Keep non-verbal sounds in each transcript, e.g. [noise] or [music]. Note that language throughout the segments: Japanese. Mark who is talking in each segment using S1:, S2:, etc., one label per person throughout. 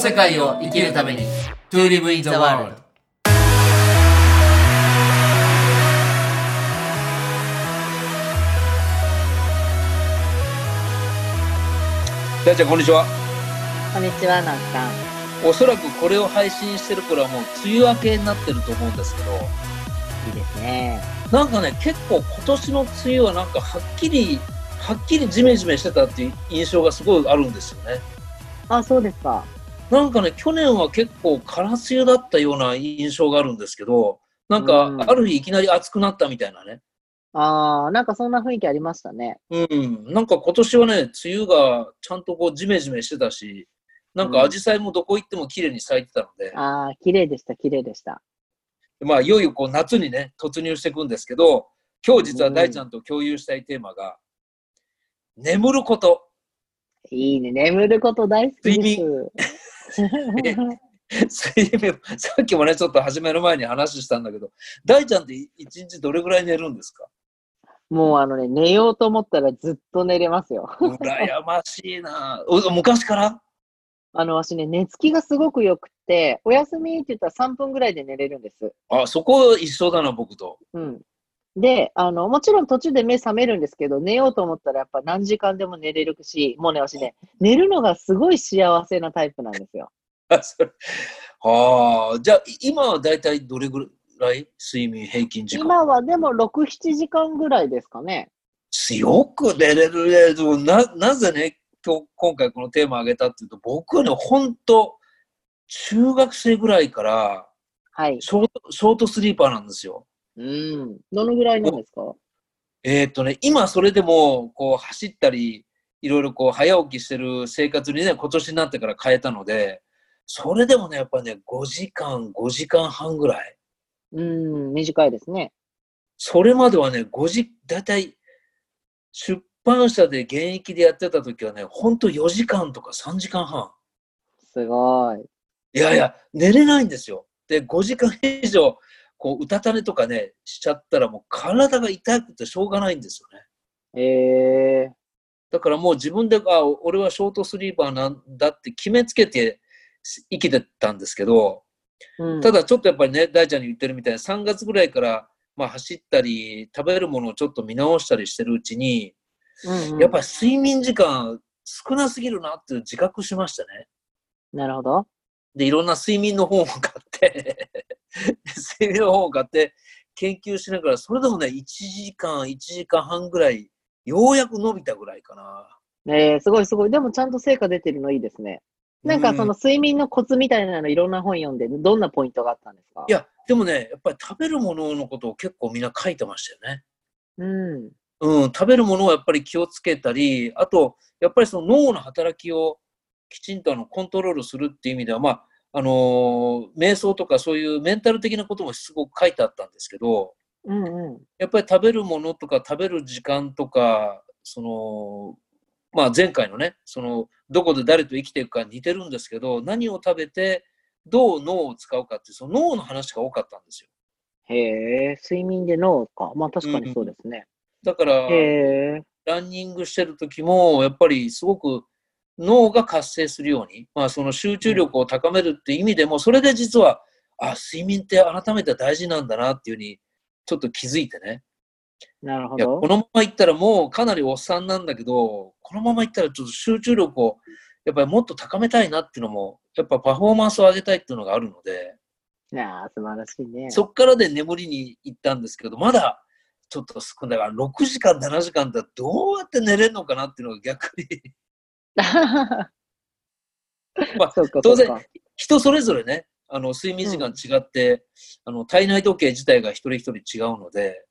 S1: 世界を生きるために To live in the world
S2: 大ちゃんこんにちは
S3: こんにちは、なんさん。
S2: おそらくこれを配信してる頃はもう梅雨明けになってると思うんですけど
S3: いいですね。
S2: なんかね結構今年の梅雨はなんかはっきりはっきりジメジメしてたっていう印象がすごいあるんですよね
S3: あ、そうですか。
S2: なんかね去年は結構空梅雨だったような印象があるんですけどなんか
S3: うん
S2: ある日いきなり暑くなったみたいなね
S3: あー、なんかそんな雰囲気ありましたね。
S2: うん、なんか今年はね、梅雨がちゃんとこうジメジメしてたし、なんか
S3: うん
S2: 紫陽花もどこ行っても綺麗に咲いてたので、
S3: あー、綺麗でした、綺麗でした。
S2: まあいよいよこう夏にね、突入していくんですけど、今日実は大ちゃんと共有したいテーマが、眠ること。 [laughs]
S3: いいね、眠ること大好きです。
S2: 睡睡眠、さっきもね、ちょっと始める前に話したんだけど、大ちゃんって一日どれぐらい寝るんですか
S3: [laughs] もうあのね、寝ようと思ったらずっと寝れますよ。
S2: 羨ましいなお昔から
S3: あの、私ね、寝つきがすごく良くて、お休みって言ったら3分ぐらいで寝れるんです。
S2: あ、そこ一緒だな、僕と。
S3: うん。で、あの、もちろん途中で目覚めるんですけど、寝ようと思ったらやっぱ何時間でも寝れるし、もうね、私ね、寝るのがすごい幸せなタイプなんですよ。
S2: あそれあーじゃあい今は大体どれぐらい睡眠平均時間
S3: 今はでも6、7時間ぐらいですかね。
S2: 強く寝れるねでもななぜね今日今回このテーマ上げたっていうと僕はね本当中学生ぐらいから
S3: はい。
S2: ショートショートスリーパーなんですよ。
S3: うん。どのぐらいなんですか
S2: えーっとね今それでもこう走ったりいろいろこう早起きしてる生活にね今年になってから変えたのでそれでもねやっぱね5時間5時間半ぐらい。
S3: うん、短いですね。
S2: それまではね、5時、だいたい出版社で現役でやってた時はね、ほんと4時間とか3時間半。
S3: すごい。
S2: いやいや、寝れないんですよ。で、5時間以上、こう、うたた寝とかね、しちゃったらもう体が痛くてしょうがないんですよね。
S3: えー、
S2: だからもう自分で、あ、俺はショートスリーパーなんだって決めつけて生きてたんですけど、
S3: うん、
S2: ただちょっとやっぱりね、大ちゃんに言ってるみたいに、3月ぐらいから、まあ、走ったり、食べるものをちょっと見直したりしてるうちに、
S3: うんうん
S2: やっぱり睡眠時間少なすぎるなっていう自覚しましたね。
S3: なるほど。
S2: で、いろんな睡眠の本を買って、 [laughs] 睡眠の本を買って、研究しながら、それでもね、1時間、1時間半ぐらい、ようやく伸びたぐらいかな。
S3: えー、すごいすごい。でもちゃんと成果出てるのいいですね。なんかその睡眠のコツみたいなのいろんな本読んで、どんなポイントがあったんですか
S2: いや、でもね、やっぱり食べるもののことを結構みんな書いてましたよね。
S3: うん。
S2: うん、食べるものをやっぱり気をつけたり、あと、やっぱりその脳の働きをきちんとあのコントロールするっていう意味では、まあ、あのー瞑想とかそういうメンタル的なこともすごく書いてあったんですけど、
S3: うんうん。
S2: やっぱり食べるものとか食べる時間とか、その、まあ前回のね、その、どこで誰と生きていくか似てるんですけど、何を食べて、どう脳を使うかっていう、その脳の話が多かったんですよ。
S3: へえ、睡眠で脳か。まあ確かにそうですね。
S2: だから、
S3: へえ、
S2: ランニングしてる時もやっぱりすごく脳が活性するように、まあ、その集中力を高めるって意味でもそれで実はあ睡眠って改めて大事なんだなっていうふうにちょっと気づいてね
S3: なるほ
S2: いや
S3: ど
S2: こ。のままいったらもうかなりおっさんなんだけどこのままいったらちょっと集中力をやっぱりもっと高めたいなっていうのもやっぱパフォーマンスを上げたいっていうのがあるので
S3: なあ、素晴らしいね。
S2: そっからで眠りに行ったんですけどまだちょっと少ないから6時間7時間だどうやって寝れるのかなっていうのが逆に。
S3: [laughs]
S2: まあ
S3: そうか、
S2: 当
S3: そう
S2: 然
S3: か。
S2: 人それぞれね、あの睡眠時間違って、あの体内時計自体が一人一人違うので、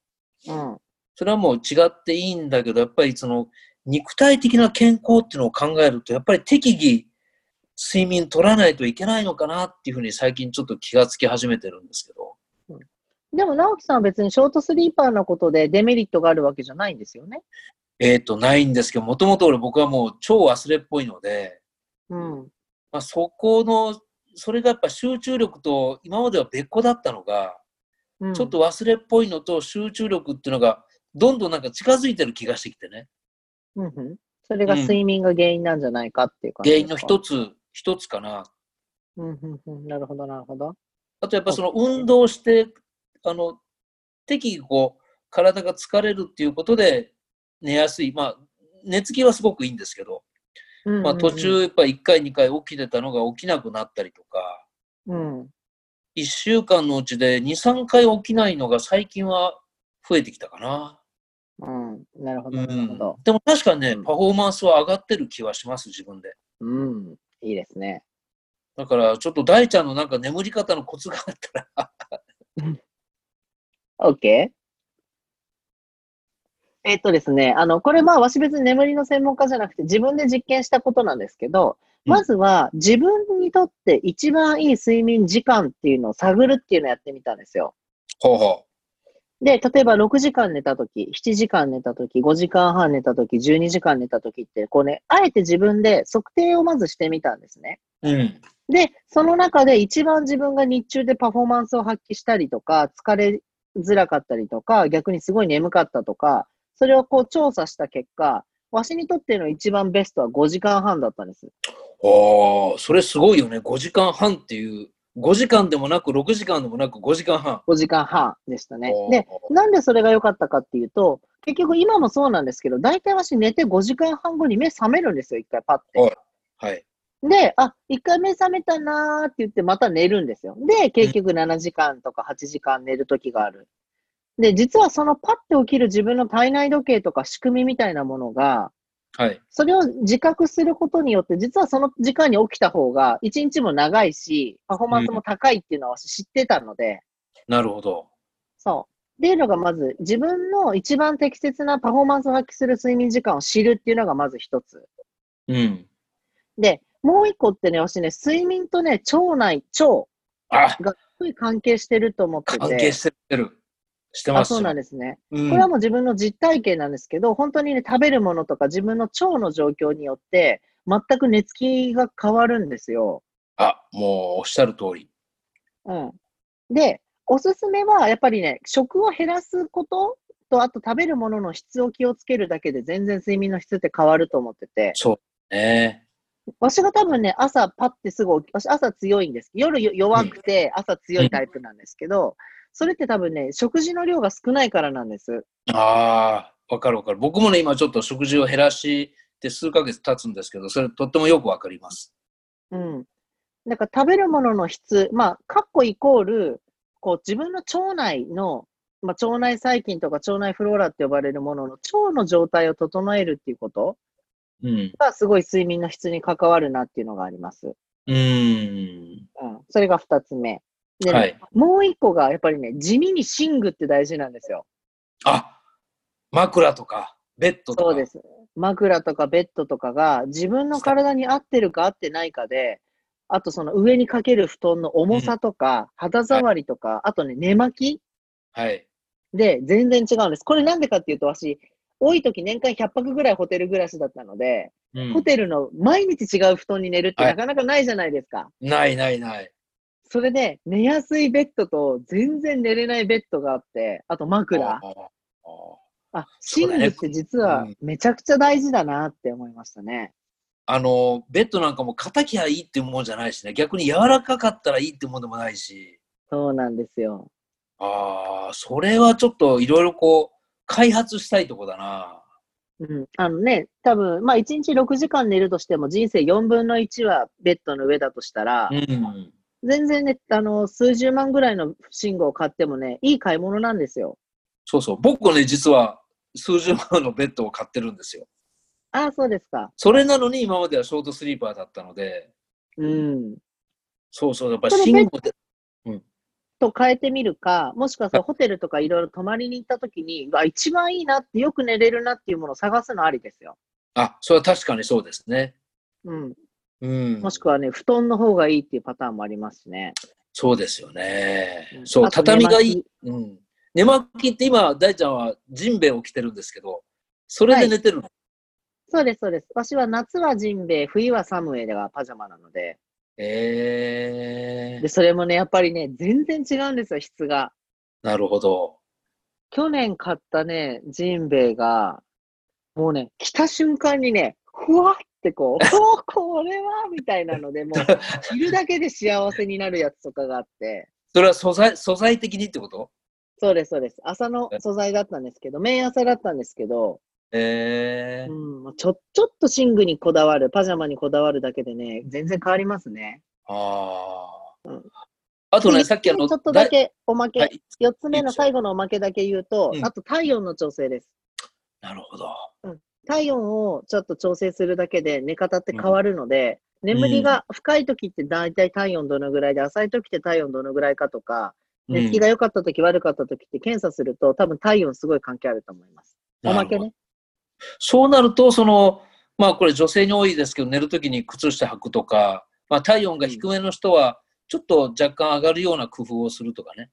S3: うん。
S2: それはもう違っていいんだけど、やっぱりその肉体的な健康っていうのを考えると、やっぱり適宜睡眠取らないといけないのかなっていうふうに最近ちょっと気がつき始めてるんですけど、
S3: でも、直樹さんは別にショートスリーパーのことでデメリットがあるわけじゃないんですよね。
S2: えっ、と、ないんですけど、もともと俺僕はもう超忘れっぽいので、
S3: うん。
S2: まあ、そこの、それがやっぱ集中力と今までは別個だったのが、
S3: うん
S2: ちょっと。忘れっぽいのと集中力っていうのがどんどんなんか近づいてる気がしてきてね
S3: うんうん。それが睡眠が原因なんじゃないかっていう感じ
S2: 原
S3: です
S2: 因
S3: か。
S2: の一つ一つかな
S3: うんうんうん、なるほど、なるほど。
S2: あとやっぱその運動して、あの、適宜こう、体が疲れるっていうことで寝やすい。まあ、寝つきはすごくいいんですけど、
S3: うんうんうん
S2: まあ途、中やっぱ1回2回起きてたのが起きなくなったりとか、
S3: うん。
S2: 1週間のうちで2、3回起きないのが最近は増えてきたかな。
S3: うん、なるほど、
S2: う
S3: なるほ
S2: ん
S3: ど。、
S2: でも確かにね、
S3: うん
S2: パフォーマンスは上がってる気はします、自分で。
S3: うん、いいですね。
S2: だから、ちょっと大ちゃんのなんか眠り方のコツがあったら、
S3: OK? えっとですね、あの、これまあ、私別に眠りの専門家じゃなくて、自分で実験したことなんですけど、
S2: うん
S3: まずは自分にとって一番いい睡眠時間っていうのを探るっていうのをやってみたんですよ。
S2: ほうほ
S3: で、例えば6時間寝たとき、7時間寝たとき、5時間半寝たとき、12時間寝たときって、こうね、あえて自分で測定をまずしてみたんですね。
S2: う。うん。
S3: で、その中で一番自分が日中でパフォーマンスを発揮したりとか、疲れづらかったりとか、逆にすごい眠かったとか、それをこう調査した結果、わしにとっての一番ベストは5時間半だったんです。
S2: ああ、それすごいよね。5時間半っていう、5時間でもなく、6時間でもなく、5時間半。
S3: 5時間半でしたね
S2: お。ー
S3: で、なんでそれが良かったかっていうと、結局今もそうなんですけど、大体わし寝て5時間半後に目覚めるんですよ、一回パッて。
S2: はい。
S3: で、あ、一回目覚めたなーって言ってまた寝るんですよ。で、結局7時間とか8時間寝る時がある。で、実はそのパッて起きる自分の体内時計とか仕組みみたいなものが、
S2: はい。
S3: それを自覚することによって、実はその時間に起きた方が、一日も長いし、パフォーマンスも高いっていうのは私知ってたので、
S2: なるほど。
S3: そう。っていうのがまず、自分の一番適切なパフォーマンスを発揮する睡眠時間を知るっていうのがまず一つ。
S2: うん。
S3: で、もう一個ってね、私ね、睡眠とね、腸内、腸
S2: あ
S3: がすごい関係してると思ってて。
S2: 関係してる。してま
S3: あ
S2: す。
S3: そうなんですね。
S2: う
S3: こ
S2: ん
S3: れはもう自分の実体験なんですけど、本当にね、食べるものとか自分の腸の状況によって、全く寝つきが変わるんですよ。
S2: あ、もうおっしゃる通り。
S3: うん。で、おすすめはやっぱりね、食を減らすことと、あと食べるものの質を気をつけるだけで全然睡眠の質って変わると思ってて、
S2: そう。ね
S3: わしが多分ね、朝パッてすぐ起き、私朝強いんです。夜よ弱くて朝強いタイプなんですけど、それって多分ね、食事の量が少ないからなんです。
S2: ああ、わかるわかる。僕もね、今ちょっと食事を減らして数ヶ月経つんですけど、それとってもよくわかります。
S3: うん。だから食べるものの質、まあ、カッコイコール、こう自分の腸内の、まあ、腸内細菌とか腸内フローラって呼ばれるものの腸の状態を整えるっていうこと
S2: うん。
S3: がすごい睡眠の質に関わるなっていうのがあります。
S2: うーん。
S3: うん。それが二つ目。でね、
S2: はい。
S3: もう一個がやっぱりね、地味に寝具って大事なんですよ。
S2: あ、枕とか、ベッドとか。
S3: そうで。す。枕とかベッドとかが自分の体に合ってるか合ってないかで、あとその上にかける布団の重さとか、肌触りとか、あとね、寝巻
S2: はい。
S3: きで全然違うんです。これなんでかっていうと、私、多い時年間100泊ぐらいホテル暮らしだったので、
S2: うん
S3: ホテルの毎日違う布団に寝るって
S2: はい
S3: なかなかないじゃないですか。
S2: ないないない。
S3: それで、寝やすいベッドと全然寝れないベッドがあって、あと
S2: あ
S3: 枕。
S2: ーあー
S3: あ、
S2: そ
S3: 寝
S2: うだ
S3: 具
S2: ね
S3: って実は
S2: うん
S3: めちゃくちゃ大事だなって思いましたね。
S2: あの、ベッドなんかも硬きゃいいっていうもんじゃないしね、逆に柔らかかったらいいってもんでもないし、
S3: そうなんですよ。
S2: ああ、それはちょっといろいろこう、開発したいとこだな。
S3: うん、あのね、多分まあ1日6時間寝るとしても人生4分の1はベッドの上だとしたら、
S2: うん。
S3: 全然ね、あの、数十万ぐらいの寝具を買ってもね、いい買い物なんですよ。
S2: そうそう。僕ね、実は数十万のベッドを買ってるんですよ。
S3: ああ、そうですか。
S2: それなのに今まではショートスリーパーだったので、
S3: うん。
S2: そうそう、やっぱ
S3: それ
S2: り寝具で、
S3: と変えてみるか、もしくはさホテルとかいろいろ泊まりに行った時に、うわ一番いいなって、よく寝れるなっていうものを探すのありですよ。
S2: あ、それは確かにそうですね。
S3: うん。
S2: うん。
S3: もしくはね、布団の方がいいっていうパターンもありますしね。
S2: そうですよね。
S3: うん
S2: そう、
S3: あと寝
S2: 畳
S3: 巻き
S2: がいい。うん。寝巻きって今、大ちゃんはジンベエを着てるんですけど、それで寝てるの。
S3: そうです、そうです。私は夏はジンベエ、冬はサムエがパジャマなので。
S2: ええ
S3: で、それもね、やっぱりね、全然違うんですよ、質が。
S2: なるほど。
S3: 去年買ったね、ジンベエが、もうね、着た瞬間にね、ふわっってこう、 [laughs] おーこれはみたいなので、もう、いるだけで幸せになるやつとかがあって、
S2: それは素材素材的にってこと
S3: そうです、そうです。朝の素材だったんですけど、麺朝だったんですけど、
S2: え
S3: う
S2: ー、
S3: ん、まあちょ、ちょっと寝具にこだわる、パジャマにこだわるだけでね、全然変わりますね。
S2: あ
S3: う
S2: あ
S3: ん。
S2: あとね、さっきあの、
S3: ちょっとだけおま
S2: だいは
S3: け、
S2: い
S3: 四つ目の最後のおまけだけ言うと
S2: う、ん
S3: あと体温の調整です。
S2: なるほど。
S3: 体温をちょっと調整するだけで寝方って変わるので、眠りが深い時って大体体温どのぐらいで、浅い時って体温どのぐらいかとか、寝つきが良かった時、悪かった時って検査すると、多分体温すごい関係あると思います。
S2: うん
S3: おまけね。
S2: そうなると、その、まあこれ女性に多いですけど、寝るときに靴下履くとか、まあ体温が低めの人は、ちょっと若干上がるような工夫をするとかね。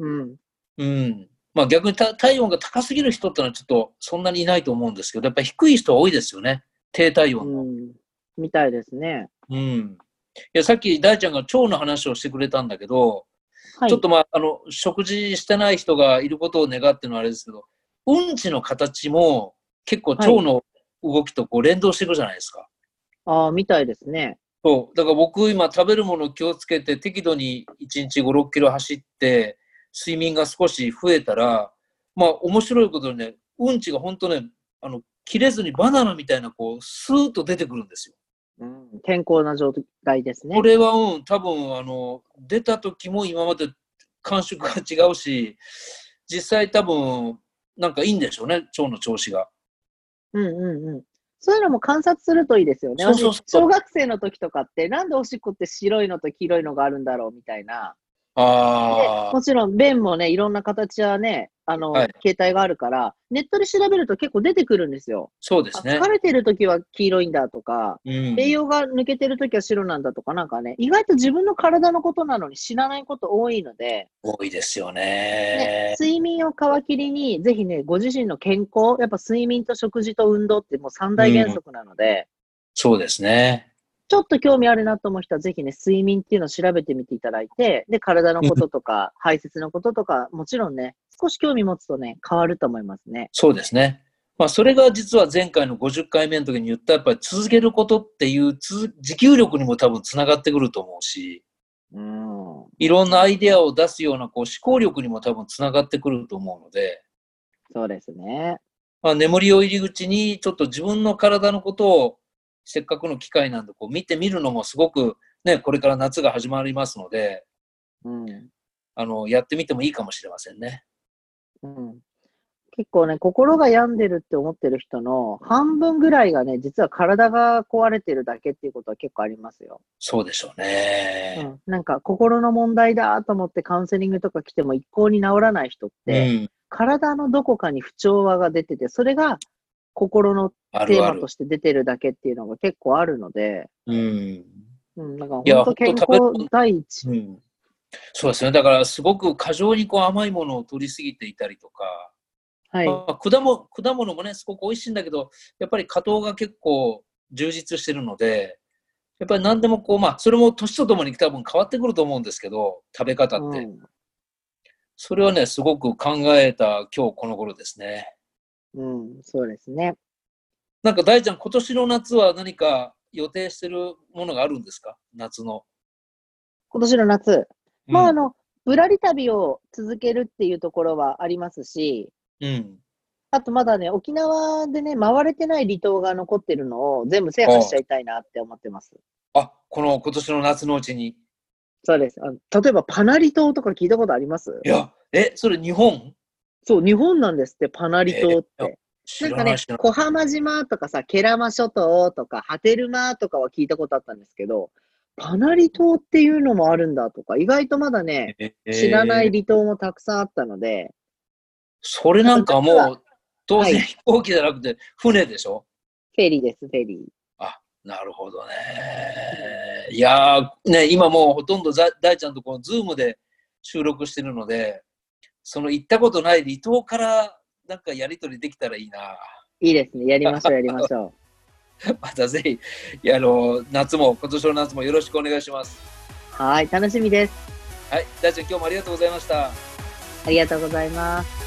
S3: うん。
S2: うん。まあ逆にた体温が高すぎる人ってのはちょっとそんなにいないと思うんですけど、やっぱり低い人は多いですよね。低体温の。
S3: うん。みたいですね。
S2: うん。いや、さっき大ちゃんが腸の話をしてくれたんだけど、
S3: はい。
S2: ちょっとまあ、あの、食事してない人がいることを願ってのはあれですけど、うんちの形も結構腸の動きとこう連動していくじゃないですか。
S3: ああ、みたいですね。
S2: そう。だから僕今食べるもの気をつけて適度に1日5、6キロ走って睡眠が少し増えたら、まあ面白いことにね、うんちが本当ね、あの、切れずにバナナみたいなこう、スーッと出てくるんですよ。
S3: うん、健康な状態ですね
S2: こ。れはうん、多分あの、出た時も今まで感触が違うし、実際多分、なんかいいんでしょうね、腸の調子が。
S3: うんうんうん。そういうのも観察するといいですよね。
S2: そうそうそ
S3: 私
S2: う
S3: 小学生の時とかって、なんでおしっこって白いのと黄色いのがあるんだろうみたいな。で
S2: ああ
S3: も。ちろん便もね、いろんな形やね、あの、
S2: はい
S3: 形態があるから、ネットで調べると結構出てくるんですよ。
S2: そうで
S3: あ
S2: すね
S3: 疲。れてる時は黄色いんだとか、
S2: うん。
S3: 栄養が抜けてる時は白なんだとか、なんかね、意外と自分の体のことなのに知らないこと多いので、
S2: 多いですよ
S3: ね
S2: ね。
S3: 睡眠を皮切りに、ぜひね、ご自身の健康、やっぱ睡眠と食事と運動ってもう三大原則なので、
S2: そうですね。
S3: ちょっと興味あるなと思う人は、ぜひね、睡眠っていうのを調べてみていただいて、で、体のこととか、排泄のこととか、もちろんね、少し興味持つとね、変わると思いますね。
S2: そうですね。まあ、それが実は前回の50回目の時に言った、やっぱり続けることっていうつ持久力にも多分つながってくると思うし、
S3: うん。
S2: いろんなアイデアを出すようなこう思考力にも多分つながってくると思うので、
S3: そうですね。
S2: まあ、眠りを入り口にちょっと自分の体のことをせっかくの機会なんでこう見てみるのもすごく、ね、これから夏が始まりますので、
S3: うん。
S2: あの、やってみてもいいかもしれませんね。
S3: うん。結構ね、心が病んでるって思ってる人の半分ぐらいがね、実は体が壊れてるだけっていうことは結構ありますよ。
S2: そうでしょう
S3: う
S2: ね。
S3: ん、なんか心の問題だと思ってカウンセリングとか来ても一向に治らない人っ
S2: う
S3: て、
S2: ん。
S3: 体のどこかに不調和が出てて、それが心の
S2: あ
S3: テ
S2: る
S3: ー
S2: あ
S3: マ
S2: る
S3: と。して出てるだけっていうのが結構あるので、
S2: うん。
S3: うん、なんか
S2: い
S3: 本
S2: や
S3: 当健
S2: ほんと食べ
S3: 康第一。
S2: うん、そうですね、だからすごく過剰にこう甘いものを取りすぎていたりとか、
S3: はい。
S2: まあ、果物果物もね、すごく美味しいんだけど、やっぱり果糖が結構充実してるので、やっぱり何でもこう、まあ、それも年とともに多分変わってくると思うんですけど、食べ方って。
S3: うん
S2: それはね、すごく考えた今日この頃ですね。
S3: うん、そうですね。
S2: なんか大ちゃん、今年の夏は何か予定してるものがあるんですか夏の。
S3: 今年の夏、
S2: うん
S3: まあ、あの、ぶらり旅を続けるっていうところはありますし、
S2: うん。
S3: あとまだね、沖縄でね、回れてない離島が残ってるのを全部制覇しちゃいたいなって思ってます。
S2: あ、この今年の夏のうちに。い
S3: そうです。あの例えば、パナリ島とか聞いたことあります
S2: や、え、それ日本
S3: そう、日本なんですって、パナリ島っ
S2: えー
S3: て。
S2: 知
S3: な
S2: ら
S3: んか
S2: な
S3: ね
S2: い知ら、ない。
S3: 小浜島とかさ、ケラマ諸島とか、ハテルマとかは聞いたことあったんですけど、パナリ島っていうのもあるんだとか、意外とまだね、知らない
S2: えー
S3: 離島もたくさんあったので、
S2: それなんか
S3: なん
S2: もう、当
S3: は
S2: 然
S3: い
S2: 飛行機じゃなくて、船でしょ、
S3: フェリーです、フェリー。
S2: なるほどね。いやー、ね、今もうほとんどざ大ちゃんとこのズームで収録してるので、その行ったことない離島からなんかやり取りできたらいいな。 [laughs]
S3: いいですね。やりましょう、やりましょう。
S2: またぜひ、いやあの夏も、今年の夏もよろしくお願いします。
S3: はい、楽しみです。
S2: はい、大ちゃん今日もありがとうございまし
S3: あ
S2: た。
S3: りがとうございます。